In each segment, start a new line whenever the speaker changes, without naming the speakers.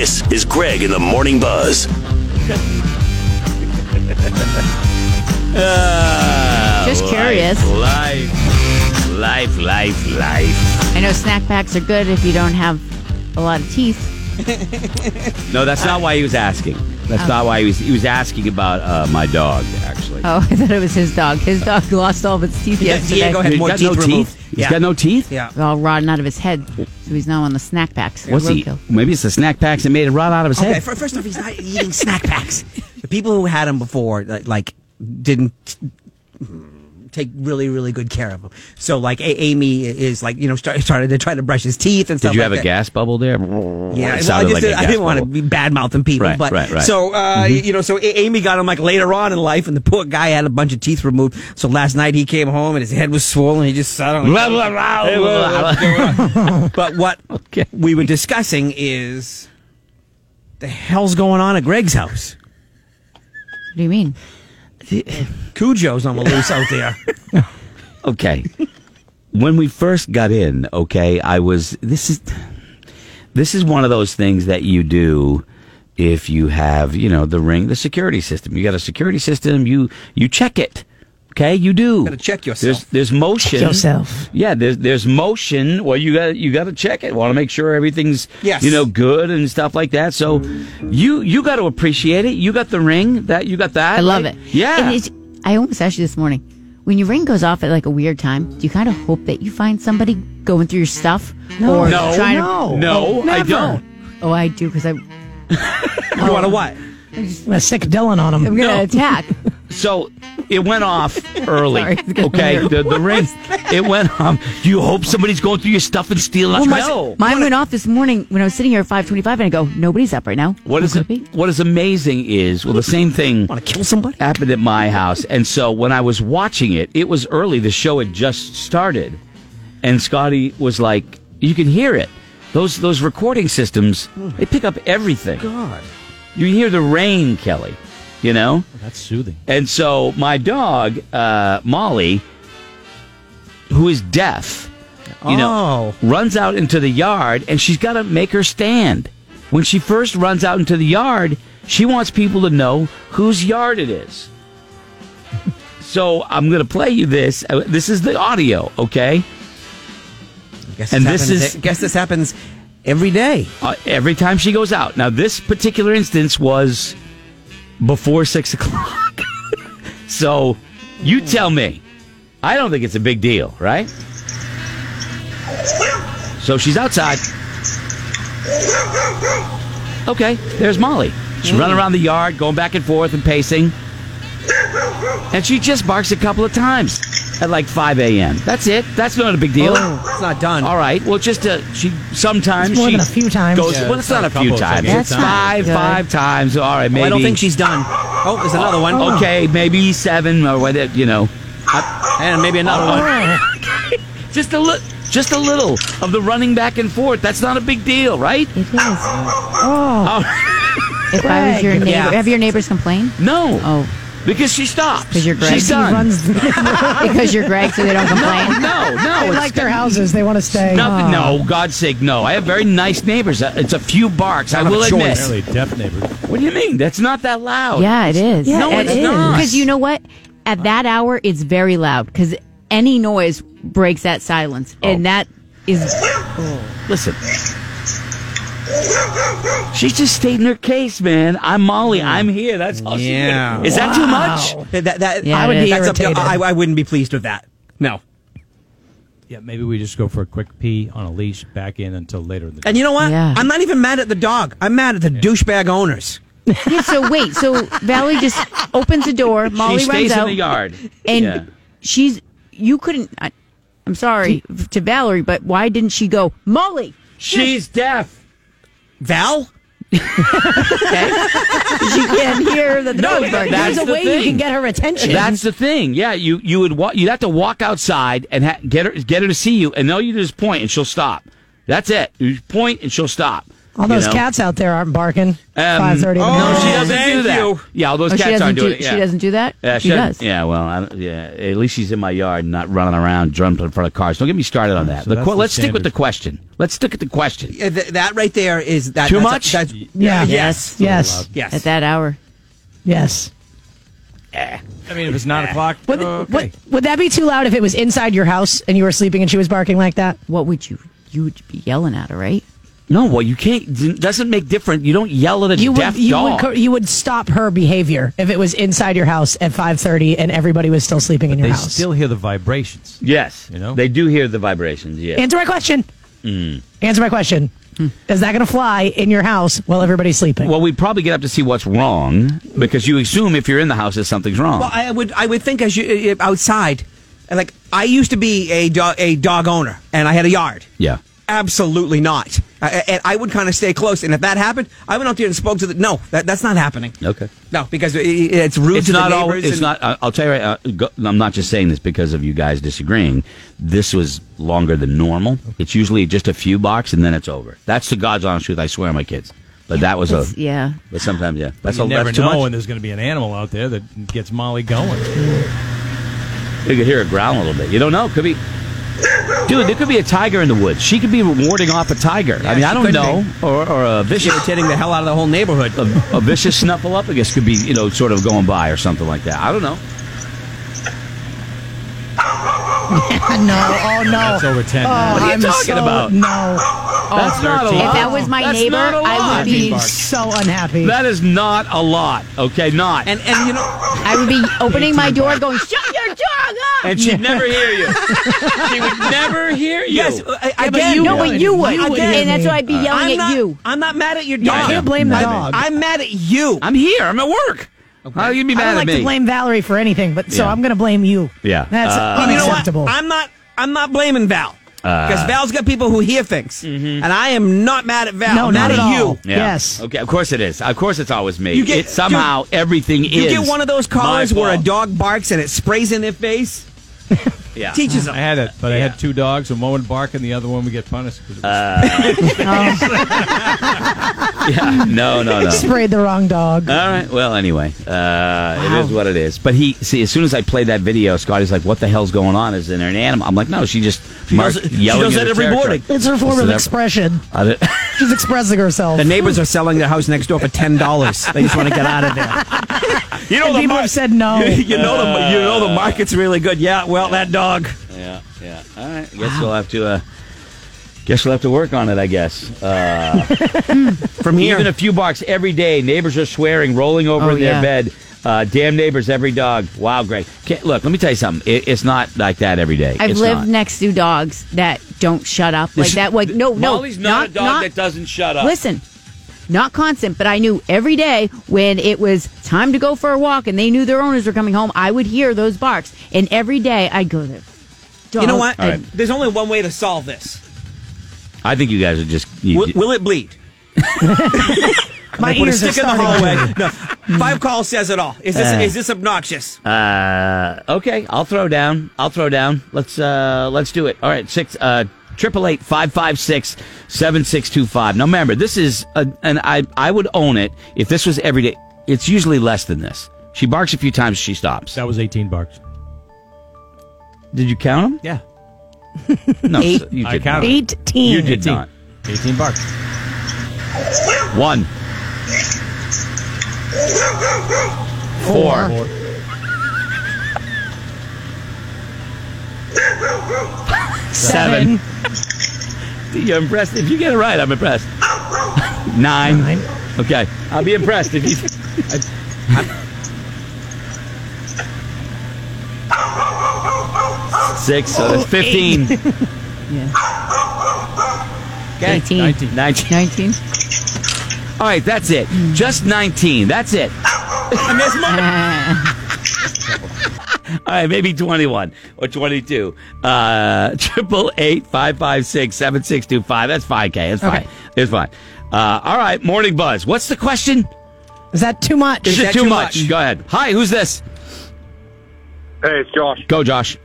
This is Greg in the Morning Buzz.
Ah,
Just
life,
curious.
Life, life, life, life.
I know snack packs are good if you don't have a lot of teeth.
No, that's not why he was asking.
Oh.
That's not why he was. He was asking about uh, my dog, actually.
Oh, I thought it was his dog. His dog lost all of its teeth
Yeah,
yesterday.
yeah, go ahead.
He's
More
got
teeth
no
removed.
teeth. He's
Yeah.
got no teeth.
Yeah.
All rotten out of his head, so he's now on the snack packs.
What's he?
Roadkill.
Maybe it's the snack packs that made it rot out of his
Okay,
head.
fir- first off, he's not eating snack packs. The people who had him before, like, like didn't take really, really good care of him. So, like, a- Amy is like, you know, start, started to try to brush his teeth and stuff.
Did you
like
have a
that.
gas bubble there?
Yeah,
it
well, I,
sounded
just
like a
did, I
gas
didn't want to
bubble.
be bad mouthing people,
Right,
but
right, Mm-hmm. right.
so uh, you know, so A- Amy got him like later on in life, and the poor guy had a bunch of teeth removed. So last night he came home and his head was swollen. He just sat on. the
Blah,
couch.
blah, blah,
Hey, whoa,
blah,
what's going on? But what
Okay.
we were discussing is the hell's going on at Greg's house.
What do you mean?
Cujo's on the loose out there.
Okay. when we first got in, okay, I was this is this is one of those things that you do if you have, you know, the ring, the security system. You got a security system, you you check it. Okay, you do.
Gotta check yourself.
There's there's motion.
yourself.
Yeah, there's there's motion. Well, you got you got to check it. Want to make sure everything's
Yes.
you know good and stuff like that. So you you got to appreciate it. You got the ring that you got that.
I love
like-
it.
Yeah,
It is- I almost asked you this morning. When your ring goes off at like a weird time, do you kind of hope that you find somebody going through your stuff? No, or
No,
trying
no.
to,
No, I
oh, never.
don't.
Oh, I do because I'm
You want to what?
I'm gonna sick Dylan on him.
gonna attack.
So it went off early.
Sorry, it's gonna
okay,
be-
the, the ring. It went off. You hope somebody's going through your stuff and stealing.
my-
no.
Mine went off this morning when I was sitting here at 5:25, and I go, nobody's up right now.
What
Who
is
could
it? What is amazing is well, the same thing
Want to kill somebody?
happened at my house, and so when I was watching it, it was early. The show had just started, and Scotty was like, "You can hear it. Those those recording systems, they pick up everything.
God,
You hear the rain, Kelly. You know."
That's soothing.
And so my dog, uh, Molly, who is deaf, you
Oh.
know, runs out into the yard and she's got to make her stand. When she first runs out into the yard, she wants people to know whose yard it is. so I'm going to play you this. Uh, This is the audio, okay?
guess
And this
happens-
is-
e, guess this happens every day.
Uh, every time she goes out. Now, this particular instance was before six o'clock. so you tell me. I don't think it's a big deal, right? So she's outside. Okay, there's Molly. She's running around the yard, going back and forth and pacing. And she just barks a couple of times at like 5 a.m. That's it. That's not a big deal.
It's not done.
All right. Well, just uh, she sometimes
It's more
she
than a few times.
Goes,
Yeah,
well, it's
it's
not a
like a
few
couple, it's like
times.
eight
It's
times.
five,
Good.
five times. All right, maybe.
I don't think she's done. Oh, there's another one.
Okay, maybe seven or whether you know,
Uh, and maybe another
Oh,
Oh,
one.
just a little, just a little of the running back and forth. That's not a big deal, right?
It is. If I was your neighbor,
Yeah.
have your neighbors complained?
No.
Oh.
Because she stops.
'Cause you're Greg.
She's
He
done.
runs.
because you're Greg, so they don't complain.
No, no.
they
it's
like their Oh. houses. They want to stay.
nothing. No, God's sake, no. I have very nice neighbors. Uh, It's a few barks. I
Not a
will admit.
choice.
Apparently, deaf neighbors.
What do you mean? That's not that loud.
Yeah, it is.
No,
it
it's not.
Because you know what? At that hour, it's very loud because any noise breaks that silence, and
Oh.
that is
Listen. She's just stating her case, man. I'm Molly. I'm here. That's all she
Yeah.
did. Is that too much?
That, that,
Yeah, I would it be is.
that's up to-
irritated.
I, I wouldn't be pleased with that. No.
Yeah, maybe we just go for a quick pee on a leash, back in until later in the day.
And you know what?
Yeah.
I'm not even mad at the dog. I'm mad at the douchebag owners.
Yeah, so wait, so Valerie just opens the door. Molly
she
runs
stays
out,
in the yard.
and
Yeah.
she's you couldn't. I, I'm sorry to Valerie, but why didn't she go, Molly?
She's deaf.
Val?
She can't hear the
No,
dog barking. Oh,
that's
There's a
the
way
thing.
you can get her attention.
That's the thing. Yeah, you you would wa- you have to walk outside and ha- get her get her to see you, and all you do is point, and she'll stop. That's it. You point, and she'll stop.
All those
know?
cats out there aren't barking.
Um,
Five thirty.
No, she
Oh,
doesn't do
thank
that.
you.
Yeah, all those
Oh, she
cats
doesn't
aren't
do,
doing it. Yeah.
She doesn't do that.
Yeah,
she,
doesn't-
does.
Yeah, well, I don't, yeah. At least she's in my yard, not running around, jumping in front of cars. Don't get me started on that.
so
The
that's
que-
the
let's stick with
standard.
the question. Let's stick at the question.
Uh, th- that right there is that
Too
that's-
much?
that's-
Yeah.
Yes.
Yes.
Yes.
At that hour.
Yes.
I mean, if it's nine o'clock,
Would,
Oh,
okay.
would, would that be too loud if it was inside your house and you were sleeping and she was barking like that?
What would you you would be yelling at her, right?
No, well, you can't. It doesn't make different. You don't yell at a
You
deaf
would you
dog.
would co- you would stop her behavior if it was inside your house at 5:30 and everybody was still sleeping in your
they
house.
still hear the vibrations.
yes,
You know?
they do hear the vibrations. Yeah.
Answer my question.
Hmm.
Answer my question. Is that going to fly in your house while everybody's sleeping?
well, we probably get up to see what's wrong because you assume if you're in the house that something's wrong.
Well, I would I would think as you uh, outside, and like I used to be a dog a dog owner, and I had a yard.
Yeah.
Absolutely not. I, and I would kind of stay close. And if that happened, I went out there and spoke to the. No, that, that's not happening.
Okay.
No, because it, it's rude
it's
to
not
the
all.
neighbors.
It's
and-
not. I- I'll tell you. Right, uh, go, I'm not just saying this because of you guys disagreeing. This was longer than normal. It's usually just a few bucks and then it's over. That's the God's honest truth. I swear, on my kids. But that was a.
It's- yeah.
But sometimes, yeah. That's
you
a,
never
that's too
know when
much.
there's going to be an animal out there that gets Molly going.
You could hear it growl a little bit. You don't know. Could be. Dude, there could be a tiger in the woods. She could be warding off a tiger. I mean, I
Yeah, she
don't
could
know. Or, or a vicious,
irritating the hell out of the whole neighborhood.
a, a vicious snuffleupagus could be, you know, sort of going by or something like that. I don't know.
no. Oh no.
That's over ten. now.
What are you
I'm
talking
so-
about?
No.
That's not a
13.
lot.
If that was my
That's
neighbor,
not a
I
lot.
would be
Bark.
So unhappy.
That is not a lot. Okay, not.
and and you know,
I would be opening my door going, Shut your dog up
And she'd never hear you. she would never hear you.
yes, I,
but
again,
you
No, but
would.
you would.
You would hear
and that's
me.
why I'd
uh,
be yelling
I'm
at
not,
you.
I'm not mad at your dog.
You can't blame the
I-
dog.
I'm mad at you.
I'm here. I'm at work. How you be
I
mad
don't like
at me?
to blame Valerie for anything, but so
Yeah.
I'm going to blame you.
Yeah.
That's
Uh,
you know what?
unacceptable.
I'm not. I'm not blaming Val because Val's got people who hear things, and I am not mad at Val.
no,
I'm mad
not at
at, you.
all.
Yeah.
Yes.
Okay. Of course it is. Of course it's always me.
You get-
it somehow everything
You
is.
get one of those
my
collars where a
fault.
dog barks and it sprays in their face.
Yeah.
Teaches them.
I had it, but I
Yeah.
had two dogs, and one would bark, and the other one would get punished. 'cause it was-
Yeah. No. No. No.
Sprayed the wrong dog.
All right. Well, anyway, uh, it is what it is. But he, see, as soon as I played that video, Scotty's like, "What the hell's going on? Is there an animal?" I'm like, "No, she just
She
marked-
does it- she
yelling
does
at
that
her
every
territory."
morning.
It's her form
Listen,
of
that-
expression.
I did-
She's expressing herself.
The neighbors are selling their house next door for ten dollars. they just want to get out of there.
you know
And people have said no.
you know the you know the market's really good. Yeah, well that dog.
Yeah, yeah. All right. Guess we'll have to. Uh, guess we'll have to work on it. I guess. Uh,
From here,
Even a few barks every day. Neighbors are swearing, rolling over
Oh,
in their
yeah.
bed. Uh, damn neighbors, every dog. Wow, Greg. Can't, look, let me tell you something. It, it's not like that every day.
I've
It's
lived
not.
next to dogs that don't shut up. Like that like no no
Molly's not, a dog
not-
that doesn't shut up.
Listen, not constant, but I knew every day when it was time to go for a walk and they knew their owners were coming home, I would hear those barks. And every day I'd go there.
you know what?
All right.
There's only one way to solve this.
I think you guys are just. You,
Will, will it bleed?
My
Put a
ears are
stick in the
starting.
hallway. Uh. No, five call says it all. Is this is this obnoxious?
uh, okay, I'll throw down. I'll throw down. Let's uh, let's do it. All right, six uh triple eight five five six seven six two five. Now remember, this is a, and I I would own it if this was every day. It's usually less than this. She barks a few times, she stops.
that was eighteen barks.
Did you count
Yeah,
them? No,
Eight.
so you
I
did
counted.
Not.
Eighteen.
You did not.
eighteen barks.
One, four,
Four.
seven. You're impressed. If you get it right, I'm impressed. Nine.
Nine.
Okay, I'll be impressed if you. Six. So that's fifteen. Okay.
18.
19.
19.
19?
All right, that's it. Just 19. That's it. All right, maybe 21 or 22. Uh, triple eight five five six seven six two five. That's fine, K. It's fine.
Okay.
It's fine. Uh, all right, morning buzz. What's the question?
Is that too much?
Is, it
that
too,
too
much?
much?
Go ahead. Hi, who's this?
Hey, it's Josh.
Go, Josh.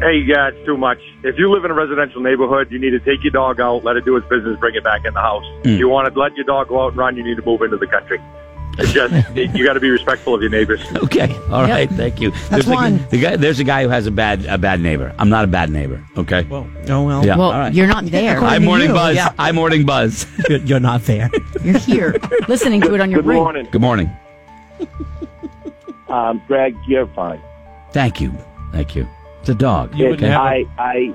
Hey, yeah, it's too much. If you live in a residential neighborhood, you need to take your dog out, let it do its business, bring it back in the house. If you want to let your dog go out and run, you need to move into the country. It's just you got to be respectful of your neighbors.
Okay. all right.
Yep.
Thank you.
That's
there's a-
one.
the guy, there's a guy who has a bad a bad neighbor. I'm not a bad neighbor. Okay.
Well,
Oh, well.
Yeah.
Well,
all right.
you're not there.
I
to
morning
you,
buzz.
yeah.
I morning buzz.
You're, you're not there.
You're here listening to it on your
Good
ring.
morning,
Good morning.
Um, Greg, you're fine.
Thank you. Thank you. It's a dog.
You wouldn't have-
I, I,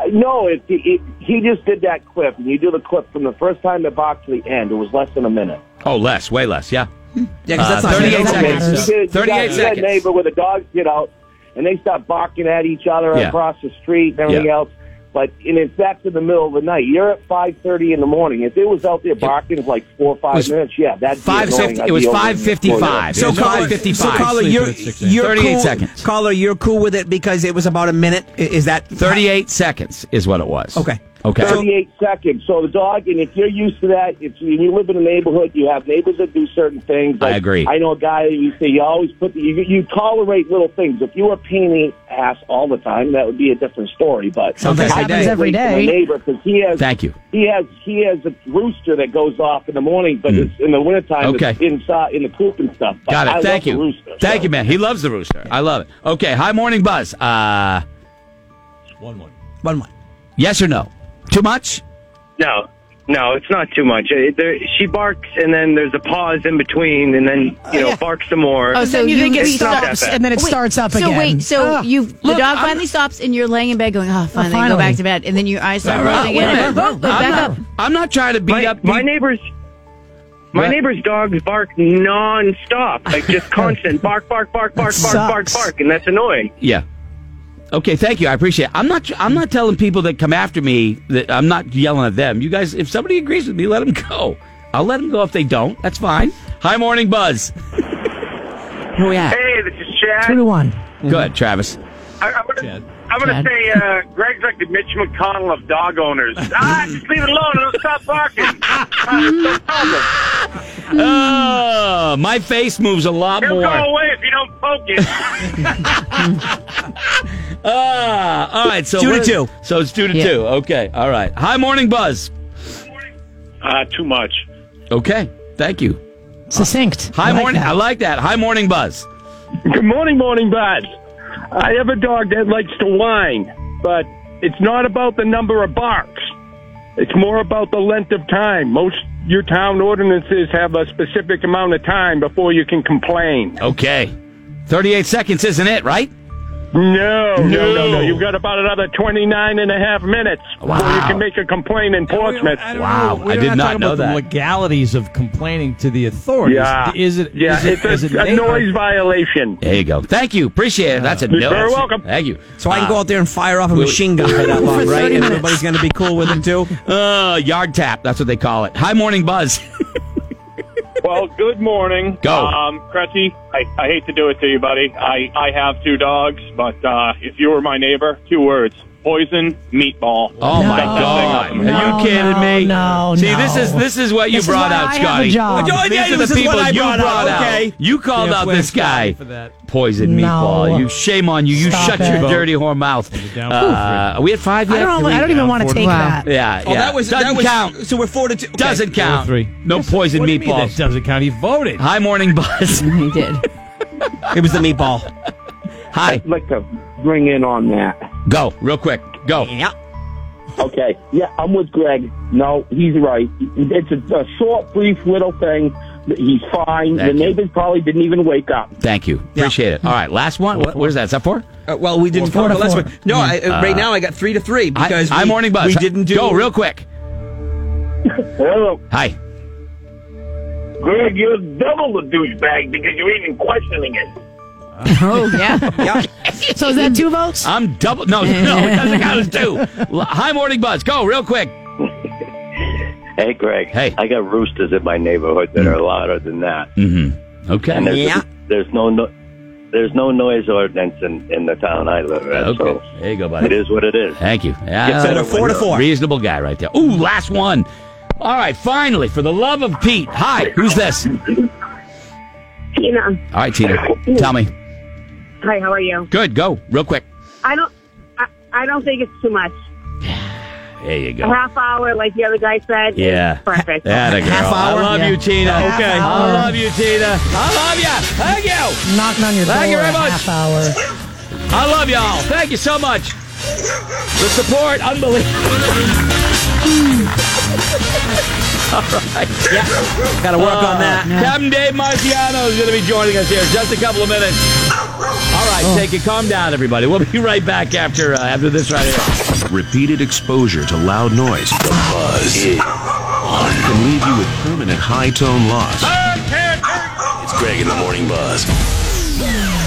I, no, it, it, he just did that clip, and you do the clip from the first time the box to the end. It was less than a minute.
Oh, less. Way less. Yeah.
Yeah,
Uh,
because that's not
38
that
seconds.
matters.
You did- you
38
got
seconds.
That neighbor where the dogs get out, and they start barking at each other
Yeah.
across the street and everything
Yeah.
else. But and it's that's in the middle of the night. You're at five thirty in the morning. If it was out there barking for like four or five
was
minutes, yeah, that's
Five fifty. It was five fifty-five.
So,
It was
caller,
five
so
fifty-five.
caller, you're,
Sleep at 6 a.m.
you're
38
cool.
seconds.
Caller, you're cool with it because it was about a minute. I- Is that
Thirty-eight seconds is what it was.
Okay.
Okay.
So-
38 seconds. So the dog, and if you're used to that, if you you live in a neighborhood, you have neighbors that do certain things.
I agree.
I know a guy who used to, you always put, the, you, you tolerate little things. If you were a pain in the ass all the time, that would be a different story. But
Sometimes
I
happens
can't
every
wait for
day.
My neighbor, because he has,
Thank you.
He has, he has a rooster that goes off in the morning, but it's in the wintertime,
Hmm. Okay.
it's inside in the coop and stuff. But
Got it.
I love
Thank
the
you.
Rooster,
Thank
so.
you, man. He loves the rooster. I love it. Okay. Hi, morning buzz. Uh,
one one.
one one?
yes or no? Too much?
No, no, it's not too much. It, there, she barks, and then there's a pause in between, and then you know
yeah.
barks some more.
Oh, so
then you,
you
think it
it's not
that
stops,
bad.
and then it
Wait,
starts up
so
again. Ah,
wait, so
Ugh.
you the dog finally stops and you're laying in bed going, oh, finally, go
finally.
back to bed, and then your eyes start
Wait a
rolling
minute.
again.
Wait
Oh,
a minute.
back
I'm,
up.
not, I'm not trying to beat
my,
up.
my
peop-
neighbors. My
What?
neighbor's dogs bark nonstop, like just constant bark, bark, bark, bark, bark, bark,
sucks.
bark, and that's annoying.
Yeah. Okay, thank you. I appreciate it. I'm not I'm not telling people that come after me that I'm not yelling at them. You guys, if somebody agrees with me, let them go. I'll let them go if they don't. That's fine. Hi, morning buzz. Who we at?
Hey, this is Chad.
two to one.
Go ahead, Travis.
I, I'm
Chad.
gonna, I'm gonna
Chad.
say uh, Greg's like the Mitch McConnell of dog owners. ah, just leave it alone. It'll stop barking.
Oh, my face moves a lot
It'll go
more.
away if you don't poke it.
Ah, all right. So
Two to
what is-
two.
So it's two to
Yeah.
two. Okay. All right. Hi, morning buzz.
uh, too much.
Okay. Thank you.
Succinct.
Hi,
I like
morning.
that.
I like that. Hi, morning buzz.
Good morning, morning buzz. I have a dog that likes to whine, but it's not about the number of barks. It's more about the length of time. Most your town ordinances have a specific amount of time before you can complain.
Okay. Thirty-eight seconds isn't it, right?
No, no, no, no.
No.
You've got about another 29 and a half minutes before you
Wow.
can make a complaint in Portsmouth.
I don't
Wow,
know. We
I
don't
did
have to
not
talk
know
about
that.
The legalities of complaining to the authorities.
Yeah.
Is it?
Yeah,
is it-
it's a,
is it
a
neighbor-
noise violation.
There you go. Thank you. Appreciate it. That's a
You're
no.
very welcome.
Thank you.
So I can go out there and fire off a machine gun for that long, right? And everybody's going to be cool with it too.
Uh, yard tap. That's what they call it. Hi, morning buzz.
Well, good morning.
Go.
Um, Cressy, I, I hate to do it to you, buddy. I, I have two dogs, but uh, if you were my neighbor, two words poison meatball.
Oh my
No,
God!
no,
Are you kidding
no,
me?
no,
See,
no.
this is this is what you
This is
brought
why
out,
I have a
Scotty.
job. Oh,
These
yeah,
are
this
the
is
people
what I
you
brought out. Okay.
You called
Yeah,
out
blame
this guy.
Scotty for that.
Poison
No.
meatball. You shame on you. You
Stop
shut
it.
your dirty whore mouth.
down for
Uh, are we at five yet?
I don't.
Did we-
I don't even want to take
Wow.
that.
Yeah,
Oh,
yeah. doesn't count.
So we're four to two. Okay.
Doesn't
Four,
count.
three.
No poison
What do you mean that
meatballs.
doesn't count. He voted.
Hi, morning buzz.
I did.
It was the meatball.
Hi,
I'd like to bring in on that.
go real quick. Go.
yeah.
Okay. Yeah, I'm with Greg. No, he's right. It's a, a short, brief little thing. He's fine.
Thank
the
you.
neighbors probably didn't even wake up.
Thank you. Appreciate it. All right, last one. What, what is that? Is that for?
Uh, well, we didn't
Four
four
to
last
four.
one. No, I, uh, right now I got three to three because
I,
we,
am morning buzz.
We didn't do
go real quick.
Well,
Hi.
Greg, you're double the douchebag because you're even questioning it.
Oh, yeah.
Yeah.
So is that two votes?
I'm double. No, no, it doesn't count as two. L- Hi, morning buzz. Go real quick.
Hey, Greg.
Hey. Mm.
I got roosters in my neighborhood that are louder than that, and
Okay.
there's
Yeah.
there's no, no there's no noise ordinance in, in the town I live in.
Okay.
So
There you go,
it
buddy.
is what it is.
Thank you. Yeah,
So we're four to four.
Reasonable guy right there. Ooh, last one. All right, finally, for the love of Pete. Hi, who's this? All
Tina.
right, Tina. Tell me.
Hi, how are you?
Good. Go real quick.
I don't. I, I don't think it's too much.
There you
A
go.
half hour, like the other guy said. is
Yeah.
perfect.
That girl.
Half
I
hour?
love
Yeah.
you, Tina.
Half
okay.
hour.
I love you, Tina. I love you. Thank you.
Knocking on your
Thank
door
you very
a
much.
half hour.
I love y'all. Thank you so much. The support, unbelievable. All right. Yeah.
Gotta work on that.
Captain Dave Marciano is going to be joining us here in just a couple of minutes. All right, take it. Calm down, everybody. We'll be right back after uh, after this right here.
Repeated exposure to loud noise. The buzz is on. Can leave you with permanent high tone loss.
It's Greg in the Morning Buzz.